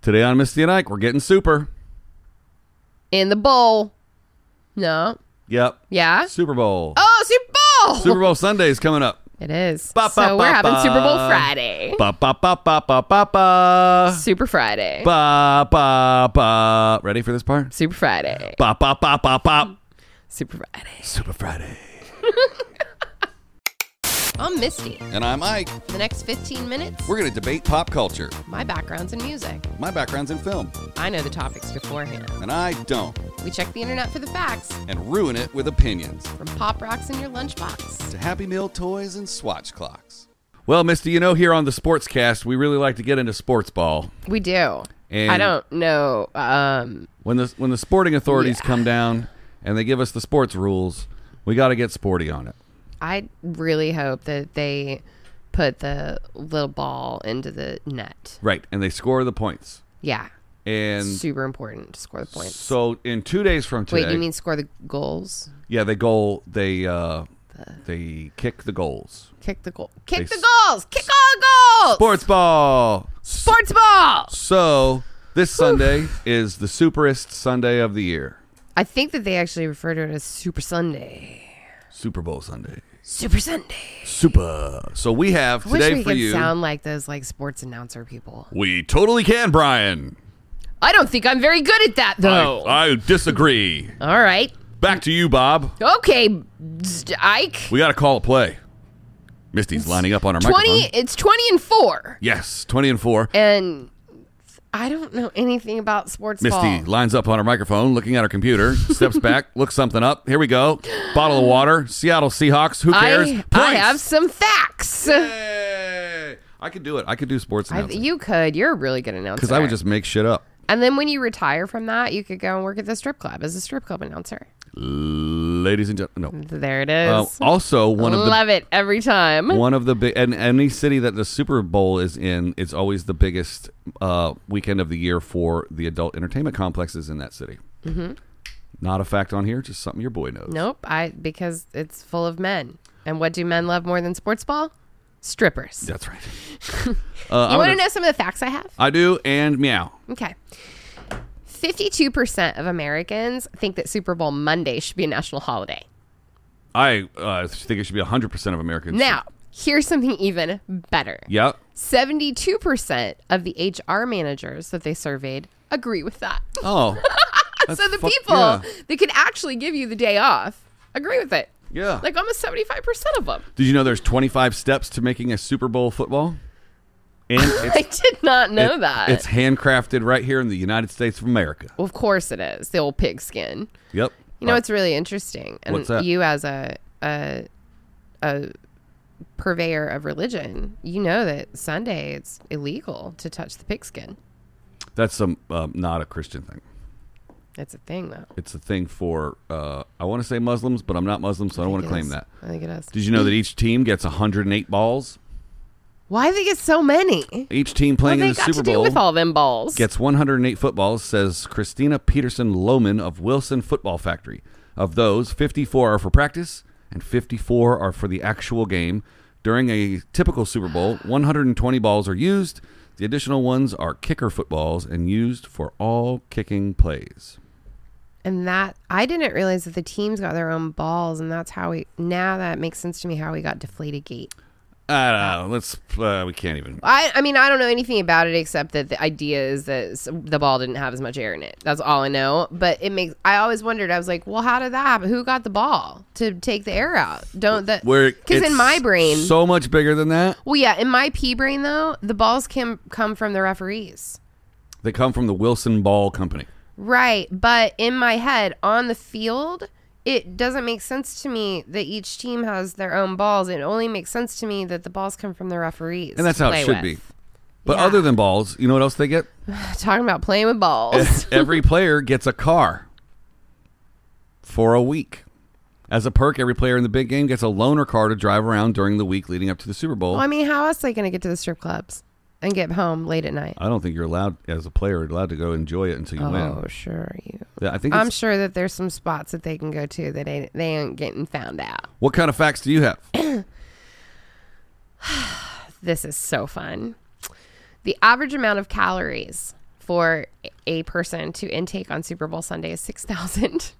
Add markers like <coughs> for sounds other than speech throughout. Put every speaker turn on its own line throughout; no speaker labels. Today on Misty and Ike, we're getting super.
In the bowl. No.
Yep.
Yeah.
Super Bowl.
Oh, Super Bowl.
Super Bowl Sunday is coming up.
It is.
Ba, ba,
so
ba,
we're having
ba.
Super Bowl Friday.
Ba ba ba ba ba ba ba.
Super Friday.
Ba ba ba. Ready for this part?
Super Friday.
Ba ba ba ba ba.
Super Friday.
Super Friday.
I'm Misty.
And I'm Ike.
The next 15 minutes,
We're going to debate pop culture.
my background's in music.
My background's in film,
I know the topics beforehand.
and I don't.
We check the internet for the facts
And ruin it with opinions.
from pop rocks in your lunchbox.
to Happy Meal toys and swatch clocks. Well, Misty, you know, here on the Sportscast, we really like to get into sports ball.
We do.
And-
I don't know. Um,
When the when the sporting authorities
Yeah.
come down and they give us the sports rules, we got to get sporty on it.
I really hope that they put the little ball into the net.
Right, and they score the points.
Yeah.
And
Super important to score the points.
so, in two days from today,
Wait, you mean score the goals?
yeah, they goal, they uh, they kick the goals.
Kick the goal. Kick
They
the
s-
goals. Kick all goals.
Sports ball.
Sports ball.
So this Sunday is the superest Sunday of the year,
I think that they actually refer to it as Super Sunday.
Super Bowl Sunday.
Super Sunday.
Super. So we have
I wish
today
we
for
could
you.
sound like those like sports announcer people.
We totally can, Brian.
I don't think I'm very good at that though.
I, I disagree.
all right.
Back to you, Bob.
Okay, Z- Ike.
We got to call a play. Misty's lining up on her
Twenty.
microphone.
It's twenty and four.
Yes, 20 and 4.
And I don't know anything about sports
Misty
ball.
lines up on her microphone, looking at her
<laughs>
computer, steps back, looks something up. Here we go. Bottle of water, Seattle Seahawks. Who cares?
I, I
Points.
have some facts.
Yay. I could do it. I could do sports
I,
announcing.
you could. You're a really good announcer.
Because I would just make shit up.
And then when you retire from that, you could go and work at the strip club as a strip club announcer.
Ladies and gentlemen,
There it
no. Uh,
is.
also, one of the
Love it every time.
one of the big and any city that the super bowl is in it's always the biggest uh, weekend of the year for the adult entertainment complexes in that city mm-hmm. not a fact on here just something your boy knows
Nope. I because it's full of men. And what do men love more than sports ball? Strippers.
that's
<laughs>
right uh, I,
you want to
wanna-
know some of the facts I have?
I do and meow
Okay. 52% of Americans think that Super Bowl Monday should be a national holiday.
i uh, think it should be 100% of americans
Now, here's something even better.
yep
72% of the HR managers that they surveyed agree with that. <laughs>
oh
so the
fuck-
people
yeah.
that could actually give you the day off agree with it.
yeah
Like almost 75% of them.
did you know there's 25 steps to making a super bowl football and it's,
<laughs> I did not know
it-
that.
it's handcrafted right here in the united states of america
Well, of course it is. The old pigskin.
yep
You know,
Right.
it's really interesting. And
What's that?
you as a a a purveyor of religion, you know that Sunday it's illegal to touch the pigskin.
that's some um, not a christian thing
It's a thing though.
it's a thing for uh, I want to say Muslims, but I'm not Muslim, so I don't want
It
to claim
is.
that.
I think it is.
Did you know that each team gets 108 balls?
Why do they get so many? What
Each team
do
playing
they
in the
got
Super
to do
Bowl
with all them balls?
gets 108 footballs, says Christina Peterson Lohman of Wilson Football Factory. Of those, 54 are for practice and 54 are for the actual game. During a typical Super Bowl, 120 balls are used. The additional ones are kicker footballs and used for all kicking plays.
and that I didn't realize that the teams got their own balls, and that's how we. Now that makes sense to me how we got deflated gate.
I don't know. Let's. Uh, we can't even.
I, I mean, I don't know anything about it except that the idea is that s- the ball didn't have as much air in it. That's all I know. But it makes, I always wondered, I was like, well, how did that happen? Who got the ball to take the air out? Don't that,
Where
because in
it's
my brain,
so much bigger than that.
well, yeah, in my pea brain though, the balls can come from the referees.
They come from the Wilson Ball Company.
Right. But in my head, on the field, it doesn't make sense to me that each team has their own balls. It only makes sense to me that the balls come from the referees.
And that's how
to
it
play
should be.
with.
But
Yeah.
other than balls, you know what else they
<laughs>
get?
<sighs> Talking about playing with
<laughs>
balls.
every player gets a car for a week. As a perk, every player in the big game gets a loaner car to drive around during the week leading up to the Super Bowl.
Well, I mean, how else are they going to get to the strip clubs and get home late at night?
I don't think you're allowed, as a player, allowed to go enjoy it until you
Oh,
win.
sure you.
Yeah, I think.
I'm
it's-
sure that there's some spots that they can go to that ain't, they ain't getting found out.
what kind of facts do you have? <coughs>
This is so fun. The average amount of calories for a person to intake on Super Bowl Sunday is 6,000.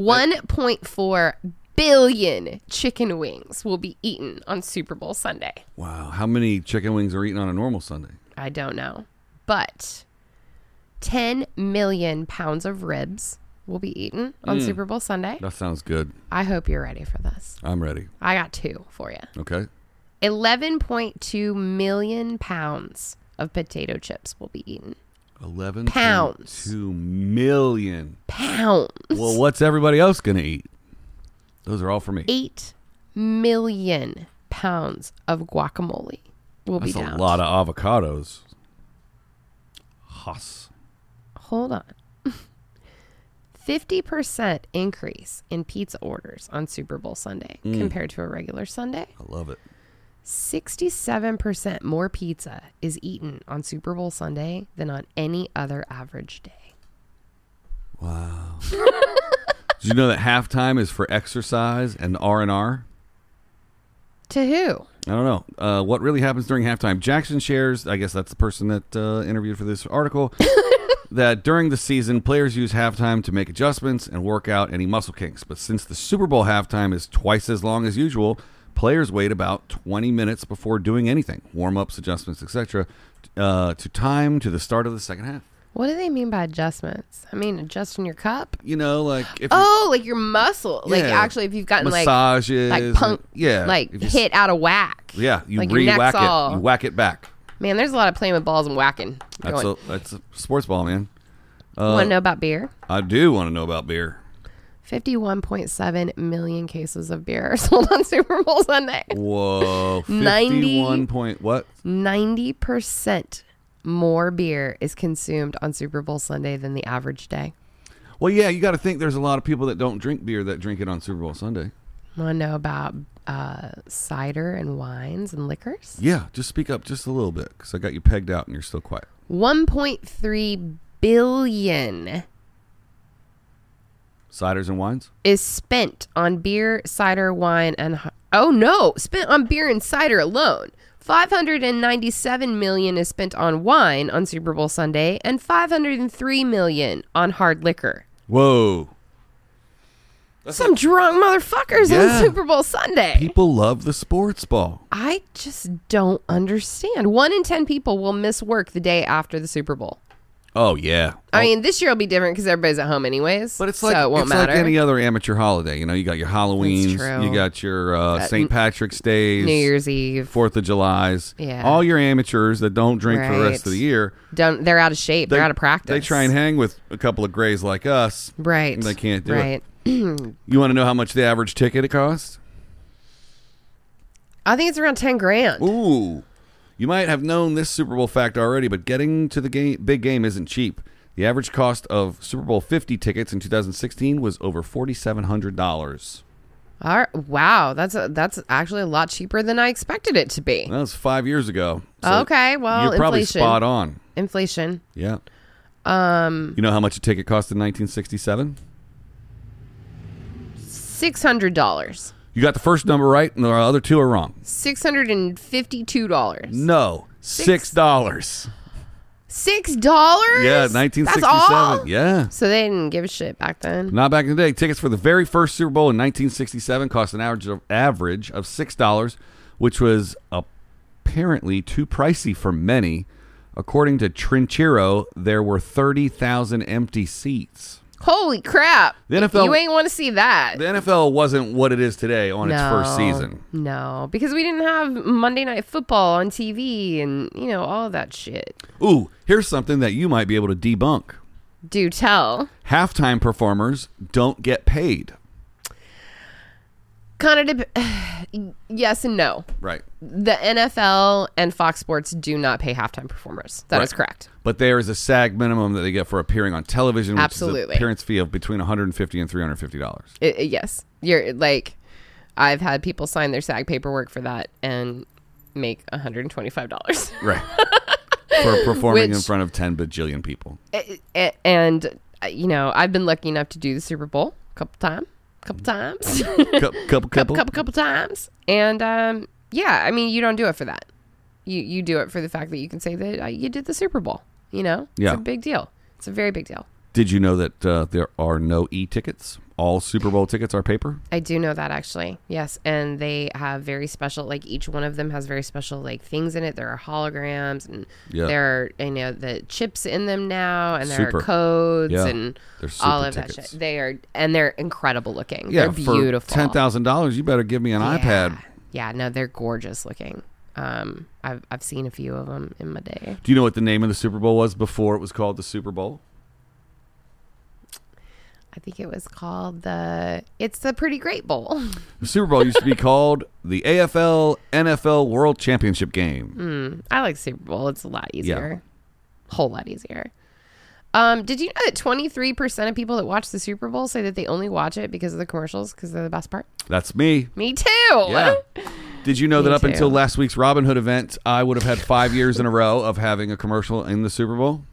1.4 billion chicken wings will be eaten on Super Bowl Sunday.
Wow. How many chicken wings are eaten on a normal Sunday?
I don't know. But 10 million pounds of ribs will be eaten on Super Bowl Sunday.
That sounds good.
I hope you're ready for this.
I'm ready.
I got two for you.
Okay.
11.2 million pounds of potato chips will be eaten.
Eleven
Pounds.
Two million.
Pounds.
Well, what's everybody else going to eat? Those are all for me.
8 million pounds of guacamole will
That's
be
a
down.
lot of avocados. Haas.
Hold on. <laughs> 50% increase in pizza orders on Super Bowl Sunday
Mm.
compared to a regular Sunday.
I love it.
67% more pizza is eaten on Super Bowl Sunday than on any other average day.
Did you know that halftime is for exercise and R and R?
To who?
I don't know. Uh, what really happens during halftime? Jackson shares, I guess that's the person that uh, interviewed for this
<laughs>
article, that during the season, players use halftime to make adjustments and work out any muscle kinks. But since the Super Bowl halftime is twice as long as usual, players wait about 20 minutes before doing anything warm ups, adjustments, etc. Uh, to time to the start of the second half.
What do they mean by adjustments? I mean, adjusting your cup?
You know, like if you-
Oh, like your muscle. Like,
Yeah.
actually, if you've gotten like,
massages,
like punk,
yeah,
like
if you s-
hit out of whack.
yeah, you
like your
re whack
neck's
it,
all-
you whack it back.
Man, there's a lot of playing with balls and whacking.
That's uh,
going.
a, that's a sports ball, man.
Want to know about beer?
I do want to know about beer.
51.7 million cases of beer are <laughs> sold on Super Bowl Sunday. <laughs>
Whoa,
90
fifty-one point what?
90% more beer is consumed on Super Bowl Sunday than the average day.
Well, yeah, you got to think there's a lot of people that don't drink beer that drink it on Super Bowl Sunday.
Want to know about uh, cider and wines and liquors?
Yeah, just speak up just a little bit because I got you pegged out and you're still quiet.
1.3 billion
Ciders and wines.
is spent on beer, cider, wine, and h- oh no, spent on beer and cider alone. 597 million is spent on wine on Super Bowl Sunday and 503 million on hard liquor.
Whoa,
Some drunk motherfuckers
Yeah.
on Super Bowl Sunday.
people love the sports ball.
I just don't understand. One in 10 people will miss work the day after the Super Bowl.
Oh yeah,
I mean, this year will be different because everybody's at home anyways.
but it's like
so it won't
it's
matter.
like any other amateur holiday. You know, you got your Halloween's,
true.
you got your uh, St. Patrick's days,
New Year's Eve.
Fourth of July's.
Yeah.
all your amateurs that don't drink for the rest
Right.
of the year.
Don't, they're out of shape. They, are out of practice.
They try and hang with a couple of grays like us.
Right.
They can't do it.
right.
You want to know how much the average ticket costs?
I think it's around 10 grand.
Ooh. You might have known this Super Bowl fact already, but getting to the game, big game isn't cheap. The average cost of Super Bowl 50 tickets in 2016 was over $4,700.
All right. Wow. That's a, that's actually a lot cheaper than I expected it to be.
That was five years ago.
Okay, well,
you're probably
inflation.
spot on.
Inflation.
Yeah. Um, you know how much a ticket cost in 1967?
$600.
You got the first number right, and the other two are wrong.
$652.
No, six
Six.
dollars.
Six dollars?
Yeah,
That's all?
1967. Yeah.
So they didn't give a shit back then.
Not back in the day. Tickets for the very first Super Bowl in 1967 cost an average of, average of six dollars, which was apparently too pricey for many. According to Trinchero, there were 30,000 empty seats.
Holy crap.
The NFL
you ain't want to see that.
The NFL wasn't what it is today on its first season.
No, because we didn't have Monday Night Football on TV and, you know, all that shit.
Ooh, here's something that you might be able to debunk.
Do tell.
Halftime performers don't get paid.
Kind of, dep <sighs> yes and no.
Right.
The NFL and Fox Sports do not pay halftime performers. That is
Right.
correct.
But there is a SAG minimum that they get for appearing on television, which is an
Absolutely.
appearance fee of between 150 and 350 dollars.
I I- yes, you're like, I've had people sign their SAG paperwork for that and make one hundred and twenty-five dollars. <laughs>
Right. <laughs> For performing in
Which-
front of 10 bajillion people.
and uh, you know, I've been lucky enough to do the Super Bowl a couple times, couple times, <laughs>
Couple, couple, couple.
couple couple times, and um, yeah, I mean, you don't do it for that. You you do it for the fact that you can say that uh, you did the Super Bowl. You know,
Yeah.
it's a big deal. It's a very big deal.
Did you know that uh, there are no e tickets? All Super Bowl tickets are paper.
I do know that actually. Yes, and they have very special. Like each one of them has very special like things in it. There are holograms and
Yeah.
there are you know the chips in them now, and there
Super.
are codes
Yeah.
and
They're super
all of that
tickets.
shit. They are and they're incredible looking.
Yeah,
they're beautiful.
for ten thousand dollars, you better give me an iPad.
Yeah, no, they're gorgeous looking. Um, I've I've seen a few of them in my day.
Do you know what the name of the Super Bowl was before it was called the Super Bowl?
I think it was called the. It's the Pretty Great Bowl. <laughs>
The Super Bowl used to be <laughs> called the AFL NFL World Championship Game.
Mm. I like Super Bowl. It's a lot easier. Whole lot easier. Um, did you know that 23% of people that watch the Super Bowl say that they only watch it because of the commercials because they're the best part?
That's me.
Me too.
Yeah. Did you know that
Me
up
too.
until last week's Robin Hood event, I would have had five years in a row of having a commercial in the Super Bowl?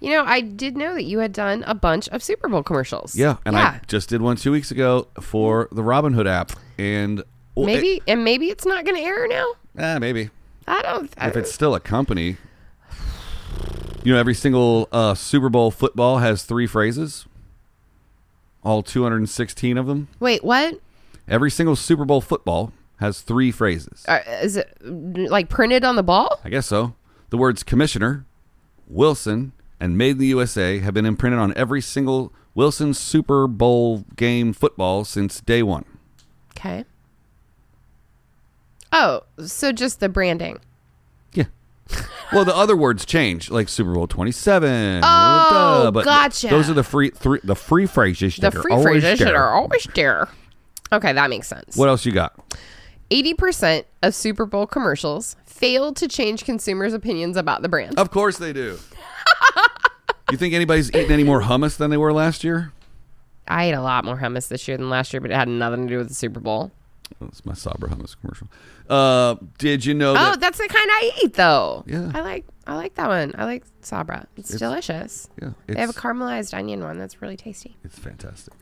You know, I did know that you had done a bunch of Super Bowl commercials.
Yeah, and I
yeah.
just did one two weeks ago for the Robin Hood app, and well, it-
maybe and maybe it's not going to air now.
eh, maybe
I don't. I,
if it's still a company. You know, every single uh, Super Bowl football has three phrases. All 216 of them.
wait, what?
Every single Super Bowl football has three phrases.
Uh, is it mm, like printed on the ball?
I guess so. The words commissioner, Wilson, and made in the USA have been imprinted on every single Wilson Super Bowl game football since day one.
Okay. Oh, so just the branding.
Yeah. <laughs> well, the other words change, like Super Bowl 27.
Oh,
duh, but
gotcha.
Those are the free three, the free phrases
The
that
free
are always
phrases
there.
that are always there. Okay, that makes sense.
What else you
<laughs>
got?
80% of Super Bowl commercials fail to change consumers' opinions about the brand.
Of course they do. you think anybody's eating any more hummus than they were last year?
I ate a lot more hummus this year than last year, but it had nothing to do with the Super Bowl.
That's my Sabra hummus commercial. Uh, did you know
Oh,
that?
that's the kind I eat though.
Yeah.
I like I like that one. I like Sabra. It's, delicious.
Yeah,
They have a
it's,
caramelized onion one that's really tasty.
it's fantastic.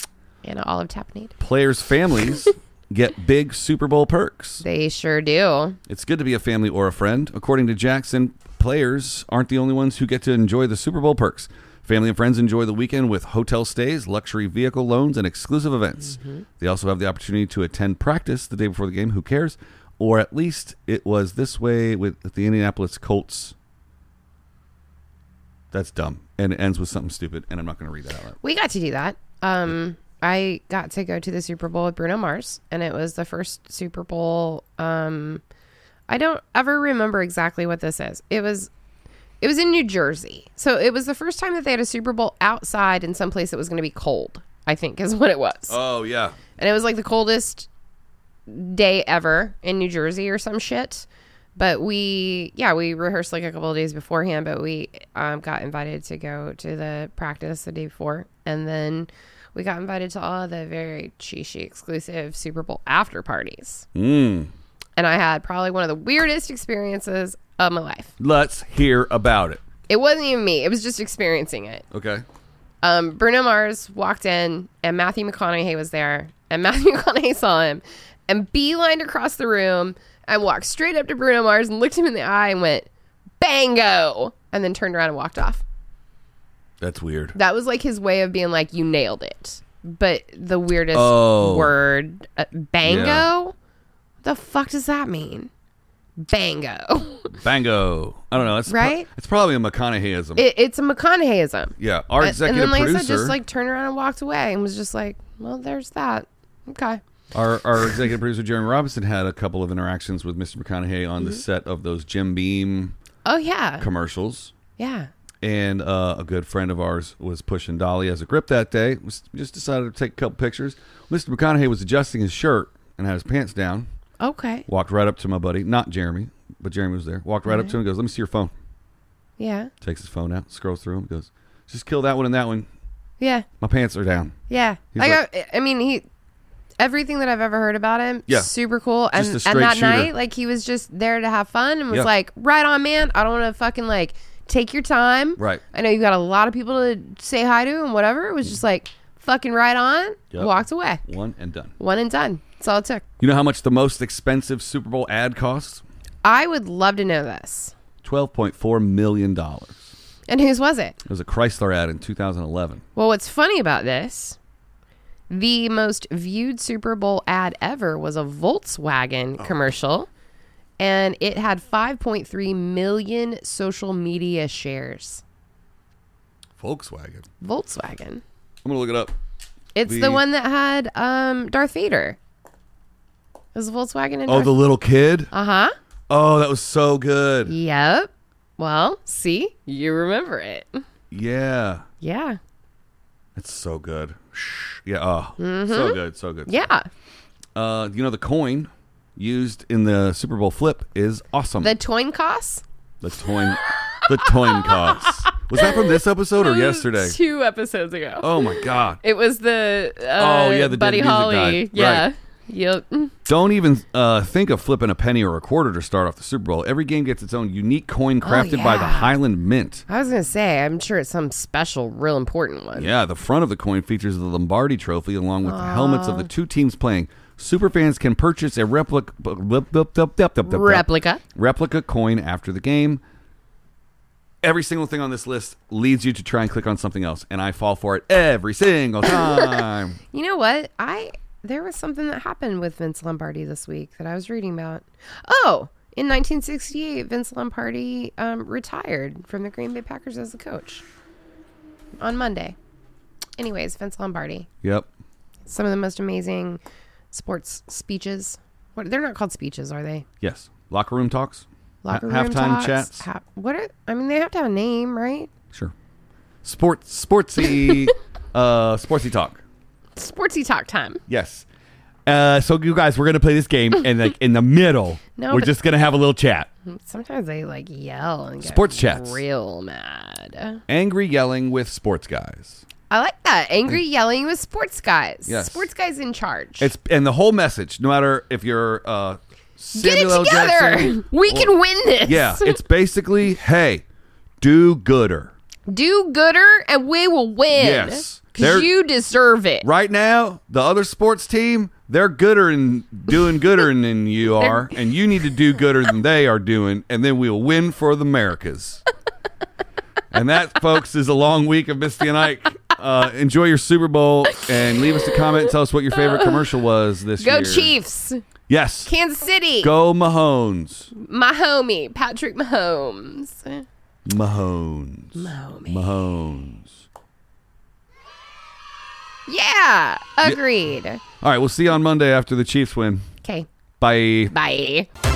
And an olive tapenade.
players' families get big Super Bowl perks.
They sure do.
It's good to be a family or a friend. According to Jackson, players aren't the only ones who get to enjoy the Super Bowl perks. Family and friends enjoy the weekend with hotel stays, luxury vehicle loans, and exclusive events. They also have the opportunity to attend practice the day before the game. Who cares? Or at least it was this way with the Indianapolis Colts. That's dumb. And it ends with something stupid, and I'm not going to read that out loud.
We got to do that. Um, I got to go to the Super Bowl with Bruno Mars, and it was the first Super Bowl. Um, I don't ever remember exactly what this is. It was, it was in New Jersey, so it was the first time that they had a Super Bowl outside in some place that was going to be cold. I think is <laughs> what it was,
Oh, yeah.
and it was like the coldest day ever in New Jersey or some shit. But we, yeah, we rehearsed like a couple of days beforehand, but we um, got invited to go to the practice the day before. And then we got invited to all the very cheesy exclusive Super Bowl after parties.
Mm.
And I had probably one of the weirdest experiences of my life.
Let's hear about it.
It wasn't even me, it was just experiencing it.
Okay.
um, Bruno Mars walked in, and Matthew McConaughey was there, and <laughs> Matthew McConaughey saw him, and beelined across the room, and walked straight up to Bruno Mars and looked him in the eye and went, "Bango!" and then turned around and walked off.
That's weird.
That was like his way of being like, "You nailed it." But the weirdest
Oh.
word, uh, "bango,"
Yeah.
the fuck does that mean? Bango. <laughs>
Bango. I don't know. It's
Right?
it's probably a McConaugheyism.
It, it's a McConaugheyism.
yeah. Our
And-
executive
and then, like I
producer.
said, just like turned around and walked away and was just like, well, there's that. Okay.
our, our executive producer Jeremy Robinson had a couple of interactions with Mr. McConaughey on
Mm-hmm.
the set of those Jim Beam
Oh, yeah.
commercials.
yeah.
And uh, a good friend of ours was pushing Dolly as a grip that day. We s- just decided to take a couple pictures. Mr. McConaughey was adjusting his shirt and had his pants down.
Okay.
Walked right up to my buddy, not Jeremy, but Jeremy was there. Walked right up to him and goes, Let me see your phone.
Yeah.
Takes his phone out, scrolls through him, goes, Just kill that one and that one.
Yeah.
My pants are down.
Yeah.
He's
Like, I, I mean, he, everything that I've ever heard about him,
Yeah.
super cool. And,
Just a
and
straight
that
shooter.
night, like, he was just there to have fun and was
Yeah.
like, right on, man. I don't want to fucking, like, take your time.
Right.
I know you got a lot of people to say hi to and whatever. It was just like, fucking right on,
Yep.
walked away.
One and done.
One and done. That's all it took.
You know how much the most expensive Super Bowl ad costs?
I would love to know this.
Twelve point four million dollars.
And whose was it?
It was a Chrysler ad in 2011.
Well, what's funny about this, the most viewed Super Bowl ad ever was a Volkswagen
Oh.
commercial, and it had 5.3 million social media shares.
Volkswagen.
Volkswagen.
I'm gonna look it up.
It's the,
The-
one that had um, Darth Vader. It was Volkswagen and
Oh, the little kid.
Uh huh.
Oh, that was so good.
Yep. Well, see, you remember it.
Yeah,
Yeah.
it's so good. Shh. Yeah. Oh, so good. So good.
Yeah.
Uh, you know the coin used in the Super Bowl flip is awesome.
The Toyn costs.
The toin, the toin <laughs> costs. Was that from this episode or yesterday?
Two episodes ago.
Oh my god!
It was the uh,
Oh, yeah, the dead
Buddy
music
Holly.
guy.
Yeah.
Right.
Yep.
Don't even uh, think of flipping a penny or a quarter to start off the Super Bowl. Every game gets its own unique coin crafted by the
Oh, yeah.
Highland Mint.
I was gonna say, I'm sure it's some special, real important one.
Yeah, the front of the coin features the Lombardi Trophy along with the helmets
Oh.
of the two teams playing. Superfans can purchase a replica
Replica.
replica coin after the game. Every single thing on this list leads you to try and click on something else, and I fall for it every
<laughs>
single time.
You know what? I there was something that happened with Vince Lombardi this week that I was reading about. Oh, in 1968, Vince Lombardi um, retired from the Green Bay Packers as the coach on Monday. Anyways, Vince Lombardi,
yep.
some of the most amazing sports speeches. What they're not called speeches, are they?
Yes. Locker room talks. Ha-
Locker room
halftime
talks,
chats.
hap- what are? I mean, they have to have a name, right?
sure. Sports
<laughs>
sportsy uh sportsy talk.
Sportsy talk time.
Yes. Uh, so you guys, we're gonna play this game, and like in the middle,
<laughs> No,
we're
but-
just gonna have a little chat.
Sometimes they like yell and get
Sports chats.
real mad.
Angry yelling with sports guys.
I like that. Angry yelling with sports guys.
Mm. Yes.
Sports guys in charge.
It's and the whole message, no matter if you're uh
Get it
Samuel L.
together. <laughs>
Jackson
we
or-
can win this.
Yeah, it's basically, hey, do gooder.
Do gooder and we will win.
Yes. They're-
Because you deserve it.
Right now, the other sports team, they're gooder and doing gooder than
<laughs>
you are, and you need to do gooder than they are doing, and then we'll win for the Americas. and that, folks, is a long week of Misty and Ike. Uh, enjoy your Super Bowl and leave us a comment. and Tell us what your favorite commercial was this
Go
year.
Chiefs.
Yes.
Kansas City.
Go Mahomes.
My homie, Patrick Mahomes.
Mahomes.
Mahomes.
Mahomes.
Yeah. Agreed.
All right, we'll see you on Monday after the Chiefs win.
Okay.
Bye.
Bye.